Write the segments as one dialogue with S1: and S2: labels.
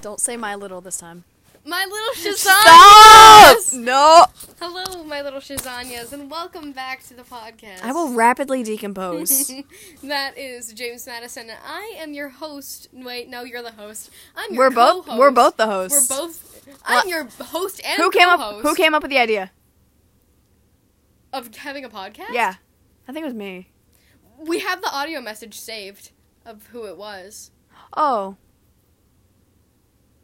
S1: Don't say My Little this time.
S2: My little
S1: Stop!
S2: Shazanyas!
S1: No!
S2: Hello, my little Shazanyas, and welcome back to the podcast.
S1: I will rapidly decompose.
S2: that is James Madison, and I am your host. Wait, no, you're the host. I'm your
S1: we're both
S2: co-host.
S1: we're both the hosts. Uh,
S2: We're both. I'm your host and
S1: who came up
S2: co-host
S1: who came up with the idea?
S2: of having a podcast.
S1: Yeah. I think it was me.
S2: we have the audio message saved of who it was.
S1: Oh.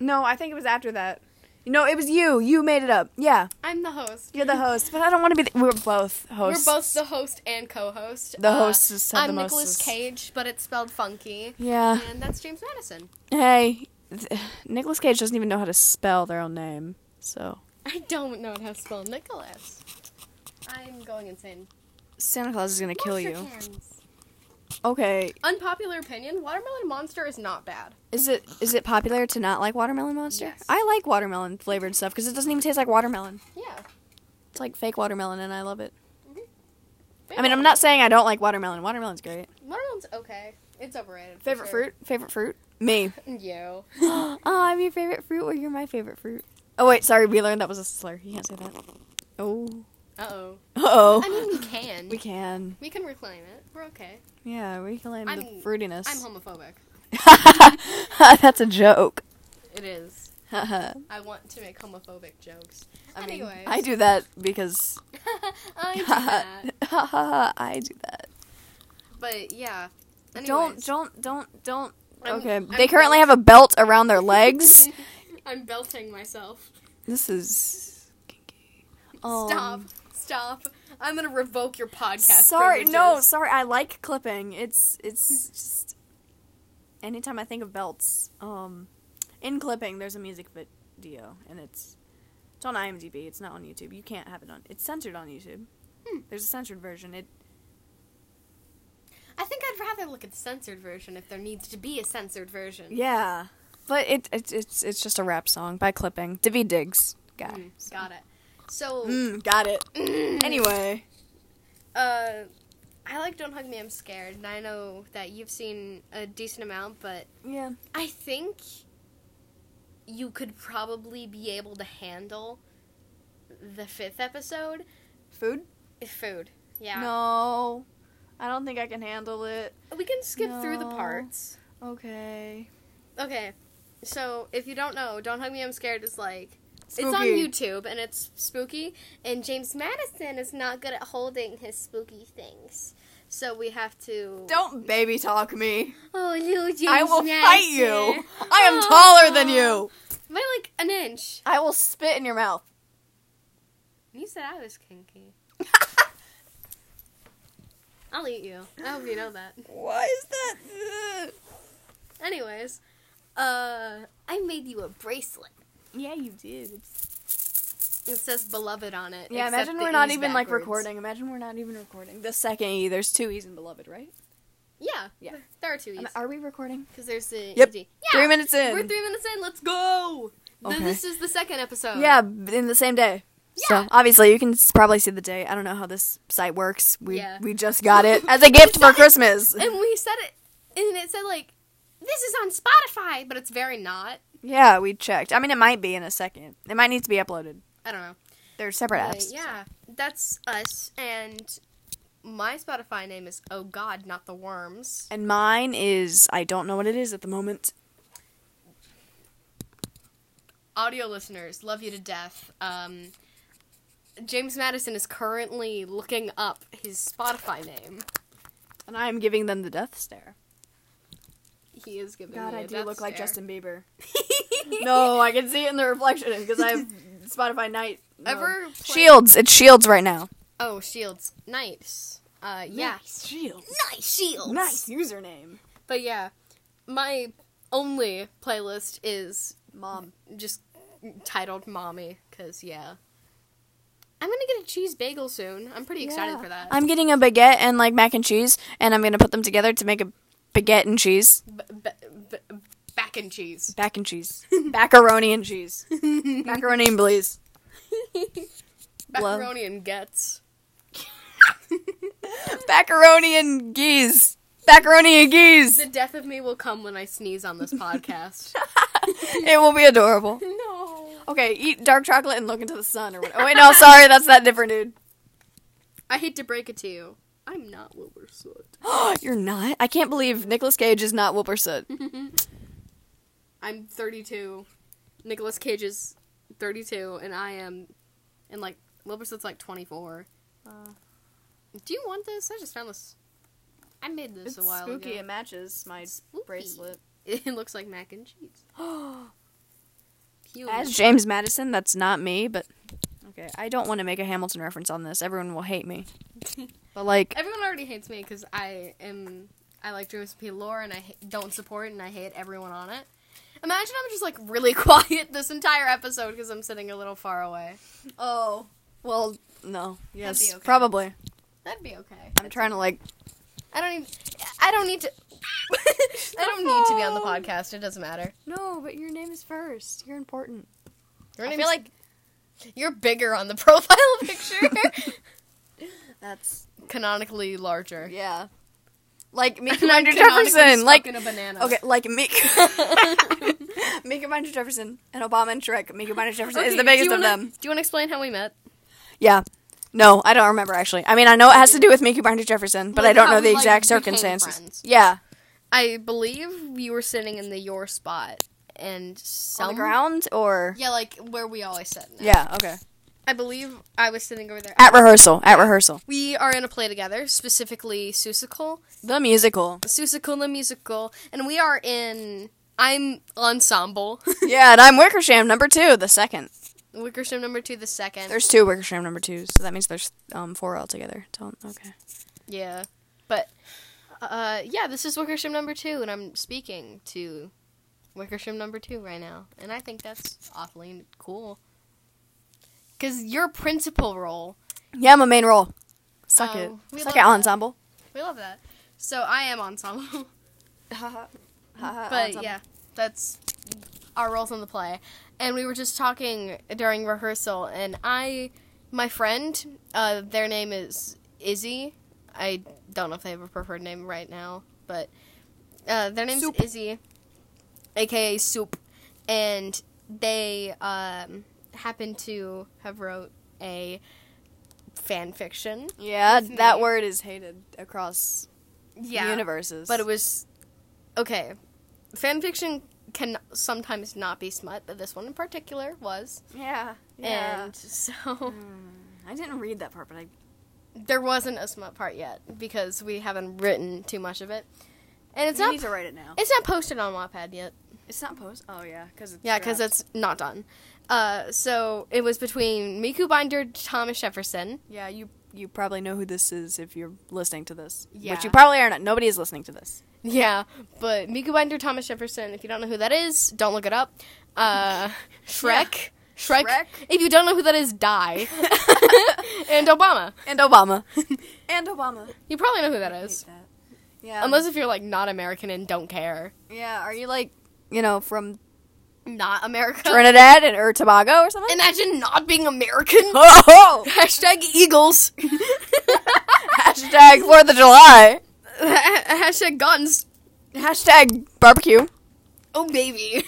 S1: No, I think it was after that. No, it was you. You made it up. Yeah.
S2: I'm the host.
S1: You're the host, but I don't want to be the- we're both hosts.
S2: We're both the host and co-host. Uh,
S1: The hostess have
S2: I'm
S1: the
S2: Nicholas
S1: mostest.
S2: Cage, but it's spelled funky,
S1: Yeah.
S2: and that's James Madison.
S1: Hey, th- Nicolas Cage doesn't even know how to spell their own name. So,
S2: I don't know how to spell Nicholas. I'm going insane.
S1: Santa Claus is going to kill
S2: Monster
S1: you.
S2: cans.
S1: Okay.
S2: Unpopular opinion: Watermelon Monster is not bad.
S1: Is it is it popular to not like watermelon monster?
S2: Yes.
S1: I like watermelon flavored stuff because it doesn't even taste like watermelon.
S2: Yeah.
S1: It's like fake watermelon, and I love it.
S2: Favorite
S1: I mean, I'm not saying I don't like watermelon. Watermelon's great.
S2: Watermelon's okay. It's overrated. for
S1: Favorite
S2: sure.
S1: fruit? Favorite fruit? Me.
S2: You.
S1: oh, I'm your favorite fruit, or you're my favorite fruit. Oh wait, sorry. We learned that was a slur. You can't say that. Oh.
S2: Uh oh. I
S1: Oh.
S2: mean, we can.
S1: We can.
S2: We can reclaim it. We're okay.
S1: Yeah, we can claim the
S2: I'm-
S1: fruitiness.
S2: I'm homophobic.
S1: That's a joke.
S2: It is.
S1: I
S2: I want to make homophobic jokes.
S1: mean,
S2: Anyways.
S1: I do that because
S2: I do that.
S1: I do that.
S2: But yeah. Anyways,
S1: Don't don't don't don't.
S2: I'm-
S1: okay,
S2: I'm
S1: they currently
S2: belt-
S1: have a belt around their legs.
S2: I'm belting myself.
S1: this is. kinky. Um,
S2: Stop. Stop. I'm gonna revoke your podcast.
S1: Sorry, no,
S2: privileges.
S1: sorry. I like clipping. It's it's just. Anytime I think of belts, um, in clipping there's a music video and it's it's on IMDb. It's not on YouTube. You can't have it on. It's censored on YouTube.
S2: Hmm.
S1: There's a censored version. It
S2: I think I'd rather look at the censored version if there needs to be a censored version.
S1: Yeah, but it, it it's it's just a rap song by Clipping. Divi Diggs guy.
S2: Mm, got it. So,
S1: Mm, got it. Anyway,
S2: uh, I like Don't Hug Me, I'm Scared, and I know that you've seen a decent amount, but
S1: yeah,
S2: I think you could probably be able to handle the fifth episode.
S1: food.
S2: Food. Yeah.
S1: No, I don't think I can handle it.
S2: We can skip through the
S1: No.
S2: parts.
S1: Okay.
S2: Okay. So, if you don't know, Don't Hug Me, I'm Scared is like. It's on
S1: Spooky.
S2: YouTube and it's spooky, and James Madison is not good at holding his spooky things. So we have to.
S1: Don't baby talk me.
S2: Oh, little James
S1: I will
S2: Madison.
S1: fight you. I am taller than you.
S2: By like an inch.
S1: I will spit in your mouth.
S2: You said I was kinky. I'll eat you. I hope you know that.
S1: Why is that?
S2: Anyways, uh, I made you a bracelet.
S1: Yeah, you did.
S2: It says beloved on it.
S1: Yeah,
S2: except
S1: imagine
S2: the
S1: we're not
S2: E's
S1: even like
S2: backwards.
S1: recording. Imagine we're not even recording. The second E, there's two E's in Beloved, right?
S2: Yeah,
S1: Yeah.
S2: There are two E's.
S1: Am- Are we recording?
S2: Because there's the
S1: Yep.
S2: ED. Yeah.
S1: Three minutes in.
S2: We're three minutes in. Let's go. Th-
S1: Okay.
S2: This is the second episode.
S1: Yeah, b- in the same day.
S2: Oh. Yeah.
S1: So obviously you can s- probably see the day. I don't know how this site works. We
S2: Yeah.
S1: we just got it as a gift for Christmas.
S2: And we said it, and it said like, this is on Spotify, but it's very not.
S1: Yeah, we checked. I mean, it might be in a second. It might need to be uploaded.
S2: I don't know.
S1: They're separate
S2: But
S1: apps.
S2: yeah, that's us. And my Spotify name is Oh God, Not the Worms.
S1: And mine is I don't know what it is at the moment.
S2: Audio listeners, love you to death. Um, James Madison is currently looking up his Spotify name.
S1: And I am giving them the death stare.
S2: He is giving
S1: God,
S2: me
S1: I
S2: a
S1: do
S2: death
S1: look like
S2: stare.
S1: Justin Bieber. no, I can see it in the reflection because I have Spotify Night.
S2: Ever play-
S1: Shields. It's Shields right now.
S2: Oh, Shields. Nice. Uh, yeah.
S1: Nice. Shields.
S2: Nice Shields.
S1: Nice username.
S2: But yeah, my only playlist is
S1: Mom.
S2: just titled Mommy, because yeah. I'm gonna get a cheese bagel soon. I'm pretty excited
S1: Yeah.
S2: for that.
S1: I'm getting a baguette and like mac and cheese, and I'm gonna put them together to make a baguette and cheese,
S2: B- b- b- back in cheese.
S1: back and cheese, macaroni and cheese, macaroni and blaze. Love.
S2: Macaroni and gets.
S1: macaroni and geese, macaroni and geese.
S2: The death of me will come when I sneeze on this podcast.
S1: it will be adorable.
S2: No.
S1: Okay, eat dark chocolate and look into the sun or what? Oh wait, no, sorry, that's that different dude.
S2: I hate to break it to you. I'm not Wilbur Soot.
S1: You're not. I can't believe Nicolas Cage is not Wilbur Soot.
S2: I'm 32. Nicolas Cage is 32, and I am, and like Wilbur Soot's like 24. Uh. Do you want this? I just found this. I made this a while
S1: spooky. It
S2: ago.
S1: matches my
S2: Spooky.
S1: bracelet.
S2: It looks like mac and cheese. Peel
S1: As
S2: it.
S1: James Madison, that's not me, but okay, I don't want to make a Hamilton reference on this. Everyone will hate me. But like,
S2: Everyone already hates me because I am. I like James P. Lore and I ha- don't support it and I hate everyone on it. Imagine I'm just like really quiet this entire episode because I'm sitting a little far away.
S1: oh, well, no, yes,
S2: be okay.
S1: probably.
S2: That'd be okay.
S1: I'm trying to like.
S2: I don't even. I don't need to. I don't need to be on the podcast. It doesn't matter.
S1: No, but your name is first. You're important.
S2: Your
S1: I
S2: name's-
S1: feel like-
S2: you're bigger on the profile picture.
S1: That's
S2: Canonically larger.
S1: yeah. Like Mika
S2: And I'm
S1: Mindra
S2: canonically
S1: Jefferson,
S2: stuck
S1: like
S2: in a banana.
S1: okay, like Mika. Mika Mindra Jefferson and Obama and Shrek. Mika Mindra Jefferson
S2: Okay,
S1: is the
S2: do
S1: biggest
S2: you
S1: of
S2: wanna-
S1: them.
S2: Do you want to explain how we met?
S1: Yeah. No, I don't remember actually. I mean, I know it has to do with Mickey Barney Jefferson, but I
S2: Like
S1: don't
S2: how
S1: know the
S2: we, like,
S1: exact
S2: became
S1: circumstances.
S2: friends.
S1: Yeah,
S2: I believe you were sitting in the your spot and some
S1: on the ground or
S2: Yeah, like where we always sit. now.
S1: yeah. okay.
S2: I believe I was sitting over there.
S1: At rehearsal, at rehearsal,
S2: we are in a play together, specifically Susicle.
S1: the musical.
S2: Susicle the musical, and we are in. I'm ensemble.
S1: yeah, and I'm Wickersham number two, the second.
S2: Wickersham number two, the second.
S1: There's two Wickersham number twos, so that means there's um four altogether. Don't okay.
S2: yeah, but uh, yeah, this is Wickersham number two, and I'm speaking to Wickersham number two right now, and I think that's awfully cool. Cause your principal role,
S1: Yeah, my main role. Suck
S2: Oh, we
S1: it, suck
S2: love
S1: it,
S2: that.
S1: ensemble.
S2: we love that. So I am ensemble,
S1: but
S2: but yeah, that's our roles in the play. And we were just talking during rehearsal, and I, my friend, uh, their name is Izzy. I don't know if they have a preferred name right now, but uh, their name's
S1: Soup.
S2: Izzy, aka Soup, and they um, happen to have wrote a fan fiction.
S1: yeah,
S2: With
S1: that
S2: me.
S1: word is hated across universes.
S2: But it was okay. Fan fiction can sometimes not be smut, but this one in particular was.
S1: yeah, yeah.
S2: And so
S1: I didn't read that part, but I
S2: there wasn't a smut part yet because we haven't written too much of it. And it's
S1: you
S2: not
S1: need to write it now.
S2: it's not posted on Wattpad yet.
S1: It's not post. Oh yeah, because
S2: Yeah, because it's not done. Uh, so it was between Miku Binder, Thomas Jefferson.
S1: Yeah, you you probably know who this is if you're listening to this.
S2: Yeah.
S1: Which you probably are not. Nobody is listening to this.
S2: Yeah, but Miku Binder, Thomas Jefferson. If you don't know who that is, don't look it up. Uh, Shrek. Shrek.
S1: Shrek.
S2: If you don't know who that is, die. and Obama.
S1: And Obama. and Obama.
S2: You probably know who that
S1: I hate
S2: is.
S1: that. Yeah.
S2: Unless if you're like not American and don't care.
S1: yeah, are you like, you know, from
S2: Not America.
S1: Trinidad and, or Tobago or something?
S2: Imagine not being American.
S1: oh!
S2: Hashtag Eagles.
S1: Hashtag 4th of July.
S2: Hashtag guns.
S1: Hashtag barbecue.
S2: Oh baby.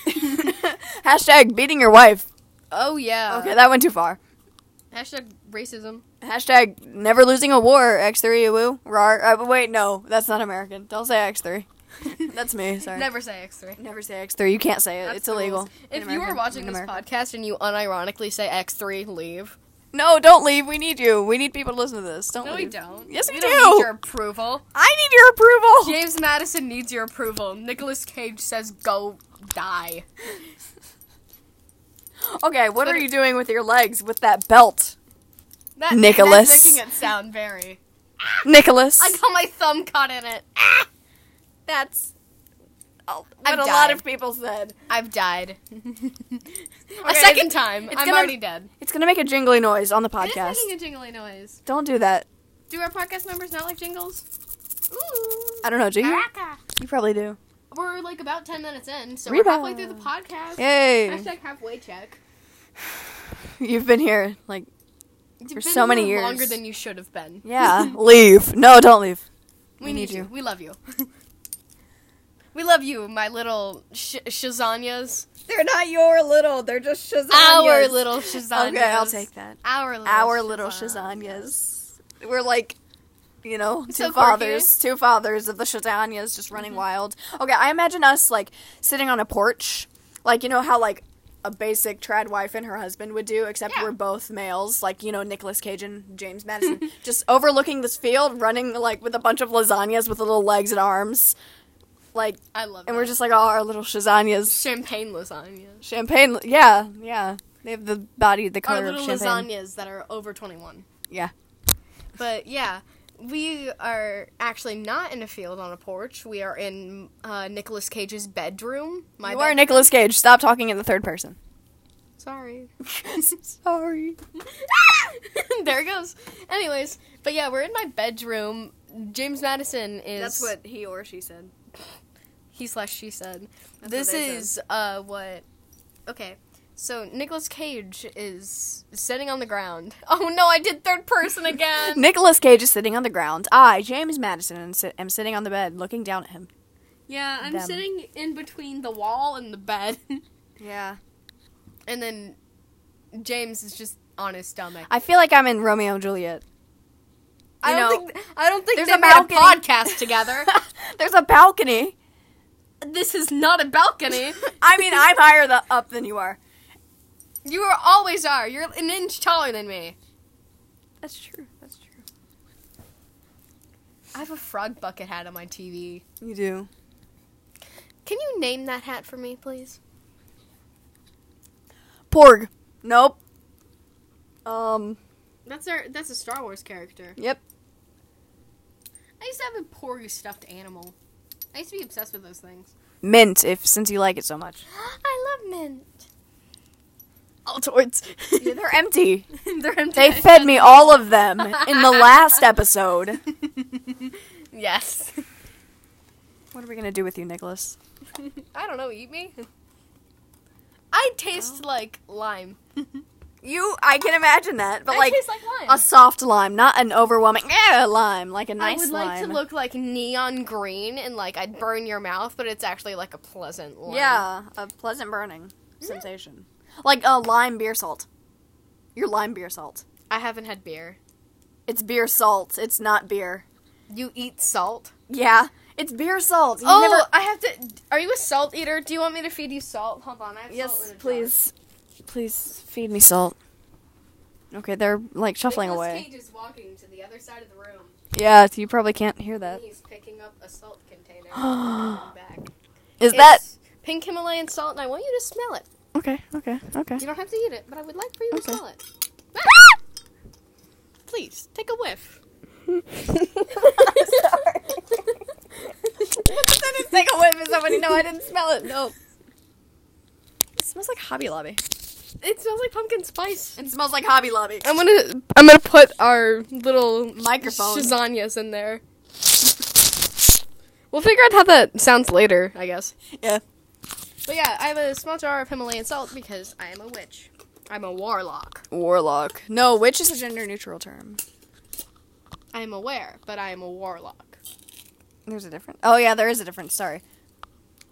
S1: Hashtag beating your wife.
S2: oh yeah.
S1: Okay, that went too far.
S2: Hashtag racism.
S1: Hashtag never losing a war, X3 woo. Rar. Uh, wait, no, that's not American. Don't say X3. That's me, sorry.
S2: Never say X3.
S1: Never say X3. You can't say it.
S2: That's
S1: it's
S2: the
S1: illegal.
S2: rules. If
S1: in
S2: you are
S1: America- in
S2: watching this
S1: America.
S2: podcast and you unironically say X3, leave.
S1: no, don't leave. We need you. We need people to listen to this. Don't.
S2: No, we
S1: leave.
S2: don't.
S1: Yes, we,
S2: We
S1: do.
S2: don't need your approval.
S1: I need your approval.
S2: James Madison needs your approval. Nicolas Cage says go die.
S1: Okay, what
S2: But
S1: are
S2: it-
S1: you doing with your legs with that belt,
S2: That,
S1: Nicholas.
S2: That's making it sound very.
S1: Nicholas?
S2: I got my thumb caught in it.
S1: that's oh,
S2: I've
S1: what a lot
S2: died.
S1: of people said.
S2: I've died. A
S1: Okay,
S2: second time. I'm
S1: gonna-
S2: already dead.
S1: It's gonna make a jingly noise on the
S2: It
S1: podcast.
S2: is making a jingly noise.
S1: Don't do that.
S2: Do our podcast members not like jingles? Ooh.
S1: I don't know. Do you?
S2: Baraka.
S1: You probably do.
S2: We're like about 10 minutes in, so
S1: Reba.
S2: we're halfway through the podcast.
S1: Yay!
S2: Hashtag halfway check.
S1: You've been here like
S2: It's
S1: For so many
S2: here
S1: years.
S2: Longer than you should have been.
S1: yeah. leave. No, don't leave.
S2: We, need, you. We love you. we love you, my little sh- shazanias.
S3: They're not your little. They're just Shazam.
S2: Our little Shazanyas.
S1: Okay, I'll take that.
S2: Our little
S1: Our little
S2: Shazanyas.
S1: Shazanyas. We're like, you know, two
S2: so quirky. Mm-hmm.
S1: fathers, two fathers of the Shazanyas just running wild. Okay, I imagine us like sitting on a porch, like you know how like a basic trad wife and her husband would do, except
S2: Yeah.
S1: we're both males, like you know Nicolas Cage and James Madison, just overlooking this field, running like with a bunch of lasagnas with little legs and arms, like,
S2: I love it.
S1: and we're just like, oh, our little Shazanyas.
S2: champagne lasagna.
S1: Champagne, yeah, yeah. They have the body, the
S2: Our
S1: color of
S2: little
S1: champagne.
S2: lasagnas that are over 21.
S1: Yeah.
S2: But yeah, we are actually not in a field on a porch. We are in uh, Nicolas Cage's bedroom. My
S1: you
S2: bed-
S1: are Nicolas Cage. Stop talking in the third person.
S2: Sorry.
S1: Sorry.
S2: there it goes. Anyways, but yeah, we're in my bedroom. James Madison is.
S3: That's what he or she said.
S2: he slash she said.
S3: That's
S2: this
S3: what I said.
S2: is uh what okay. So Nicolas Cage is sitting on the ground. Oh no, I did third person again.
S1: Nicolas Cage is sitting on the ground. I, James Madison, am sit- am sitting on the bed looking down at him.
S2: yeah, I'm
S1: Them.
S2: sitting in between the wall and the bed.
S1: Yeah.
S2: and then James is just on his stomach.
S1: I feel like I'm in Romeo and Juliet.
S2: I
S1: You
S2: don't
S1: know,
S2: think I don't think
S1: there's
S2: they
S1: a
S2: made a
S1: balcony.
S2: podcast together.
S1: There's a balcony.
S2: this is not a balcony.
S1: I mean, I'm higher the- up than you are.
S2: you are always are. You're an inch taller than me.
S1: That's true. That's true.
S2: I have a frog bucket hat on my TV.
S1: You do.
S2: Can you name that hat for me, please?
S1: Porg. Nope. Um.
S2: That's our that's a Star Wars character.
S1: Yep.
S2: I used to have a Porgy stuffed animal. I used to be obsessed with those things.
S1: Mint. If since you like it so much.
S2: I love mint.
S1: Altoids. yeah, they're empty.
S2: They're empty.
S1: They fed me all of them in the last episode.
S2: Yes.
S1: What are we gonna do with you, Nicholas?
S2: I don't know. Eat me. I taste like lime.
S1: You, I can imagine that, but
S2: I
S1: like
S2: taste like lime.
S1: a soft lime, not an overwhelming eh, lime, like a
S2: I
S1: nice
S2: would like
S1: lime.
S2: to look like neon green and like I'd burn your mouth, but it's actually like a pleasant lime.
S1: yeah, a pleasant burning sensation, like a lime beer salt. Your lime beer salt.
S2: I haven't had beer.
S1: It's beer salt. It's not beer.
S2: You eat salt?
S1: Yeah, it's beer salt. You
S2: oh,
S1: never-
S2: I have to. Are you a salt eater? Do you want me to feed you salt? Hold on. I have salt in a
S1: yes,
S2: jar.
S1: please, please feed me salt. Okay, they're like shuffling
S2: Nicolas
S1: away.
S2: Cage is walking to the other side of the room.
S1: Yeah, you probably can't hear that.
S2: He's picking up a salt container. and putting it back.
S1: Is that
S2: It's pink Himalayan salt, and I want you to smell it.
S1: okay? Okay, okay.
S2: You don't have to eat it, but I would like for you to
S1: Okay.
S2: smell it. Ah! Please take a whiff.
S1: take a whiff and somebody no, I didn't smell it. No. It smells like Hobby Lobby.
S2: It smells like pumpkin spice.
S1: It smells like Hobby Lobby.
S2: I'm gonna I'm gonna put our little
S1: Microphone.
S2: shazanyas in there. We'll figure out how that sounds later, I guess.
S1: Yeah.
S2: But yeah, I have a small jar of Himalayan salt because I am a witch. I'm a warlock.
S1: Warlock. No, witch is a gender neutral term.
S2: I am aware, but I am a warlock.
S1: There's a difference. Oh yeah, there is a difference. Sorry.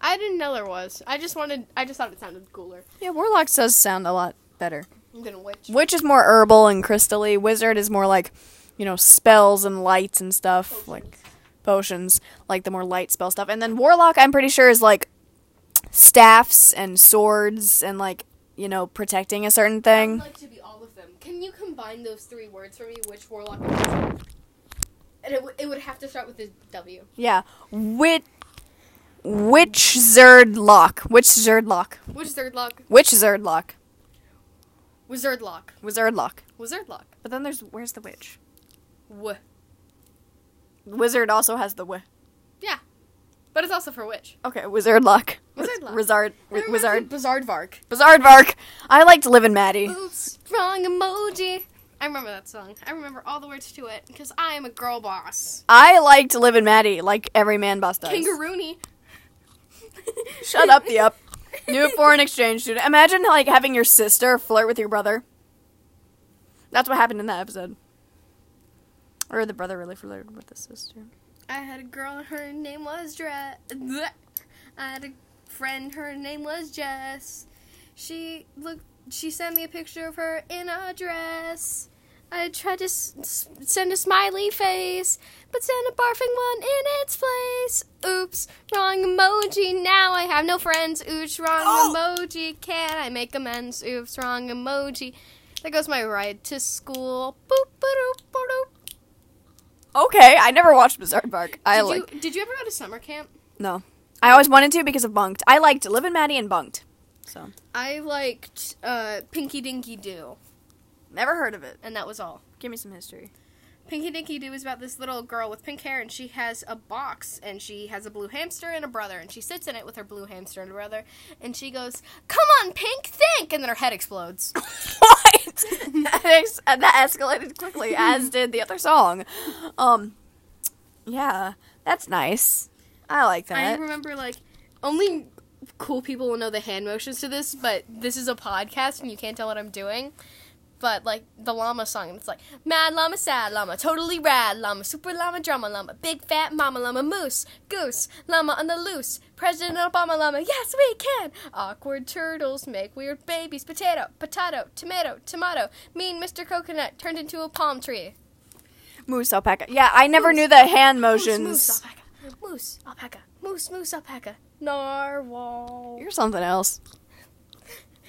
S2: I didn't know there was. I just wanted. I just thought it sounded cooler
S1: Yeah, warlock does sound a lot better.
S2: than a witch.
S1: Witch is more herbal and crystally. Wizard is more like, you know, spells and lights and stuff like potions, like the more light spell stuff. And then warlock, I'm pretty sure is like staffs and swords and like you know protecting a certain
S2: I'd
S1: thing.
S2: like to be all of them. Can you combine those three words for me? Witch, warlock, and wizard? And it, w- it would have to start with a W.
S1: Yeah, wit, witch zerd lock, witch zerd lock,
S2: Witch, third lock,
S1: witch zerd lock,
S2: wizard lock,
S1: wizard lock.
S2: wizard lock.
S1: But then there's where's the witch?
S2: W.
S1: Wizard also has the w.
S2: Yeah, but it's also for witch.
S1: Okay, wizard lock.
S2: Wizard lock.
S1: Wizard.
S2: That reminds me of
S1: Wizard.
S2: Bizarre Vark.
S1: Bizarre Vark. I liked Liv and Maddie.
S2: Oops, wrong emoji. I remember that song. I remember all the words to it because I am a girl boss.
S1: I liked Liv and Maddie like every man boss does.
S2: Kangaroony.
S1: Shut up, the up. New foreign exchange student. Imagine like having your sister flirt with your brother. That's what happened in that episode. Or the brother really flirted with the sister.
S2: I had a girl, her name was Dre. I had a friend, her name was Jess. She looked. She sent me a picture of her in a dress. I tried to s- s- send a smiley face, but sent a barfing one in its place. Oops, wrong emoji. Now I have no friends. Oops, wrong
S1: Oh!
S2: emoji. Can I make amends? Oops, wrong emoji. There goes my ride to school. Boop, boop, boop, boop.
S1: Okay, I never watched Bizarre Bark. I
S2: did
S1: like
S2: You, did you ever go to summer camp?
S1: no. I always wanted to because of Bunked. I liked Liv and Maddie and Bunked. So
S2: I liked uh, Pinky Dinky Doo,
S1: never heard of it.
S2: and that was all.
S1: Give me some history.
S2: Pinky Dinky Doo is about this little girl with pink hair, and she has a box, and she has a blue hamster and a brother, and she sits in it with her blue hamster and brother, and she goes, "Come on, Pink, think!" And then her head explodes.
S1: what? that, ex- that escalated quickly, as did the other song. Um, yeah, that's nice. I like
S2: I
S1: that.
S2: remember like only cool people will know the hand motions to this, but this is a podcast, and you can't tell what I'm doing. But like the llama song, it's like mad llama, sad llama, totally rad llama, super llama, drama llama, big fat mama llama, moose, goose, llama on the loose, President Obama llama, yes we can. Awkward turtles make weird babies, potato, potato, tomato, tomato. Mean Mr. Coconut turned into a palm tree.
S1: moose alpaca. Yeah, I never knew the hand motions.
S2: Moose, moose alpaca, moose alpaca, moose moose alpaca, narwhal.
S1: You're something else.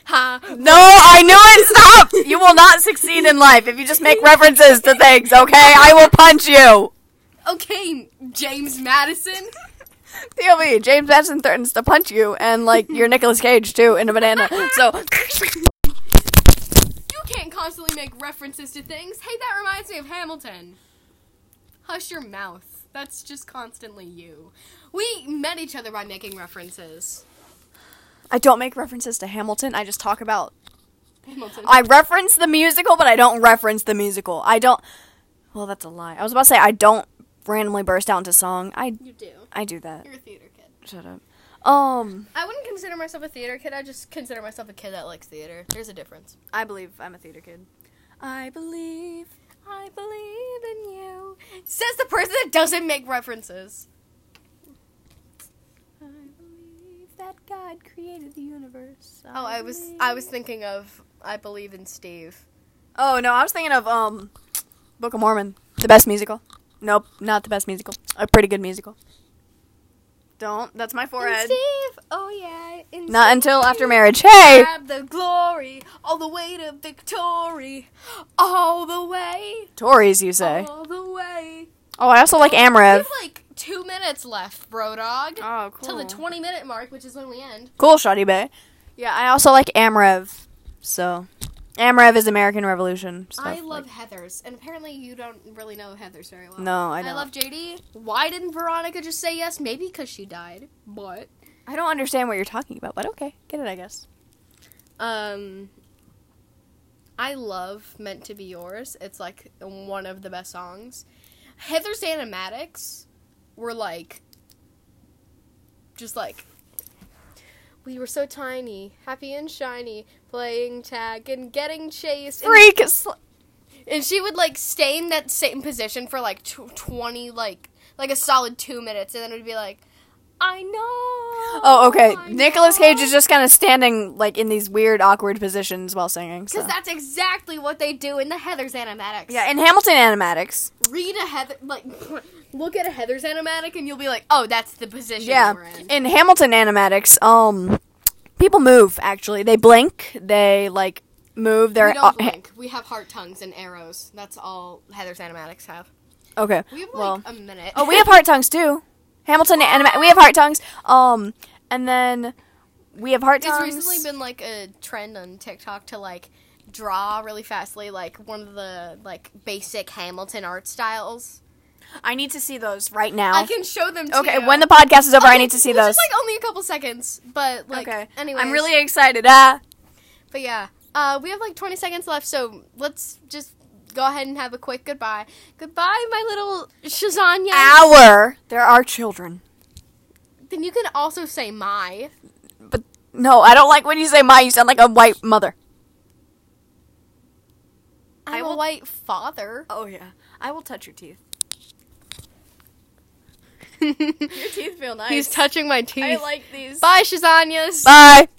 S2: Ha!
S1: No, I knew it. Stop. you will not succeed in life if you just make references to things. Okay, I will punch you.
S2: Okay, James Madison.
S1: POV, James Madison threatens to punch you and like your Nicolas Cage too in a banana.
S2: uh,
S1: So
S2: You can't constantly make references to things. Hey, that reminds me of Hamilton. Hush your mouth. That's just constantly you. We met each other by making references.
S1: I don't make references to Hamilton. I just talk about
S2: Hamilton.
S1: I reference the musical, but I don't reference the musical. I don't Well, that's a lie. I was about to say I don't randomly burst out into song. I
S2: you do.
S1: I do that.
S2: You're a theater kid.
S1: Shut up. Um
S2: I wouldn't consider myself a theater kid. I just consider myself a kid that likes theater. There's a difference.
S1: I believe I'm a theater kid. I believe
S2: I believe in you. Says the person that doesn't make references.
S1: I believe that God created the universe.
S2: Oh, I was I was thinking of I believe in Steve.
S1: Oh no, I was thinking of um Book of Mormon. The best musical. Nope, not the best musical. A pretty good musical. Don't. That's my
S2: And
S1: forehead.
S2: Steve, oh yeah. and
S1: Not
S2: Steve,
S1: until after marriage. Hey!
S2: Grab the glory, all the way to victory, all the way,
S1: Tories, you say.
S2: all the way.
S1: Oh, I also like
S2: We
S1: Amrev.
S2: have like two minutes left, bro dog,
S1: Oh,
S2: till the twenty minute mark, which is when we end.
S1: cool, Shoddy Bay. Yeah, I also like Amrev. So, Amrev is American Revolution. Stuff.
S2: I love
S1: like-
S2: Heather's, and apparently you don't really know Heather's very well.
S1: No, I
S2: I
S1: don't.
S2: love JD. Why didn't Veronica just say yes? Maybe because she died, but
S1: I don't understand what you're talking about, but okay, get it, I guess.
S2: Um, I love "Meant to Be Yours." It's like one of the best songs. Heather's animatics were like, just like, we were so tiny, happy and shiny, playing tag and getting chased. And,
S1: Freak. Sl-
S2: and she would like stay in that same position for like tw- twenty, like like a solid two minutes, and then it would be like, I know.
S1: oh, okay.
S2: I
S1: Nicolas
S2: know."
S1: Cage is just kind of standing like in these weird, awkward positions while singing. So.
S2: Because that's exactly what they do in the Heather's animatics.
S1: Yeah, in Hamilton animatics.
S2: read a Heather, like, look at a Heather's animatic and you'll be like, oh, that's the position
S1: Yeah,
S2: we're in.
S1: in Hamilton animatics, um, people move. Actually, they blink. They like move. Their
S2: we don't
S1: uh, ha-
S2: blink. We have heart tongues and arrows. That's all Heather's animatics have.
S1: okay.
S2: We have, like,
S1: well,
S2: a minute.
S1: oh, we have heart tongues too. Hamilton anima- We have heart tongues. Um, and then we have heart
S2: It's
S1: tongues.
S2: recently been, like, a trend on TikTok to, like, draw really fastly, like, one of the, like, basic Hamilton art styles.
S1: I need to see those right now.
S2: I can show them to
S1: okay,
S2: you.
S1: when the podcast is over, I
S2: Okay,
S1: need to see
S2: it was
S1: those.
S2: Just, like, only a couple seconds, but, like,
S1: okay.
S2: anyway.
S1: I'm really excited. Ah.
S2: But yeah, uh, we have like 20 seconds left, so let's just go ahead and have a quick goodbye. Goodbye, my little Shazanya.
S1: Our. There are children.
S2: Then you can also say my.
S1: But no, I don't like when you say my. You sound like a white mother.
S2: I'm
S1: I
S2: a
S1: will-
S2: white father.
S1: Oh yeah. I will touch your teeth. Your teeth feel nice.
S2: He's touching my teeth.
S1: I like these.
S2: Bye, Shazanias.
S4: Bye.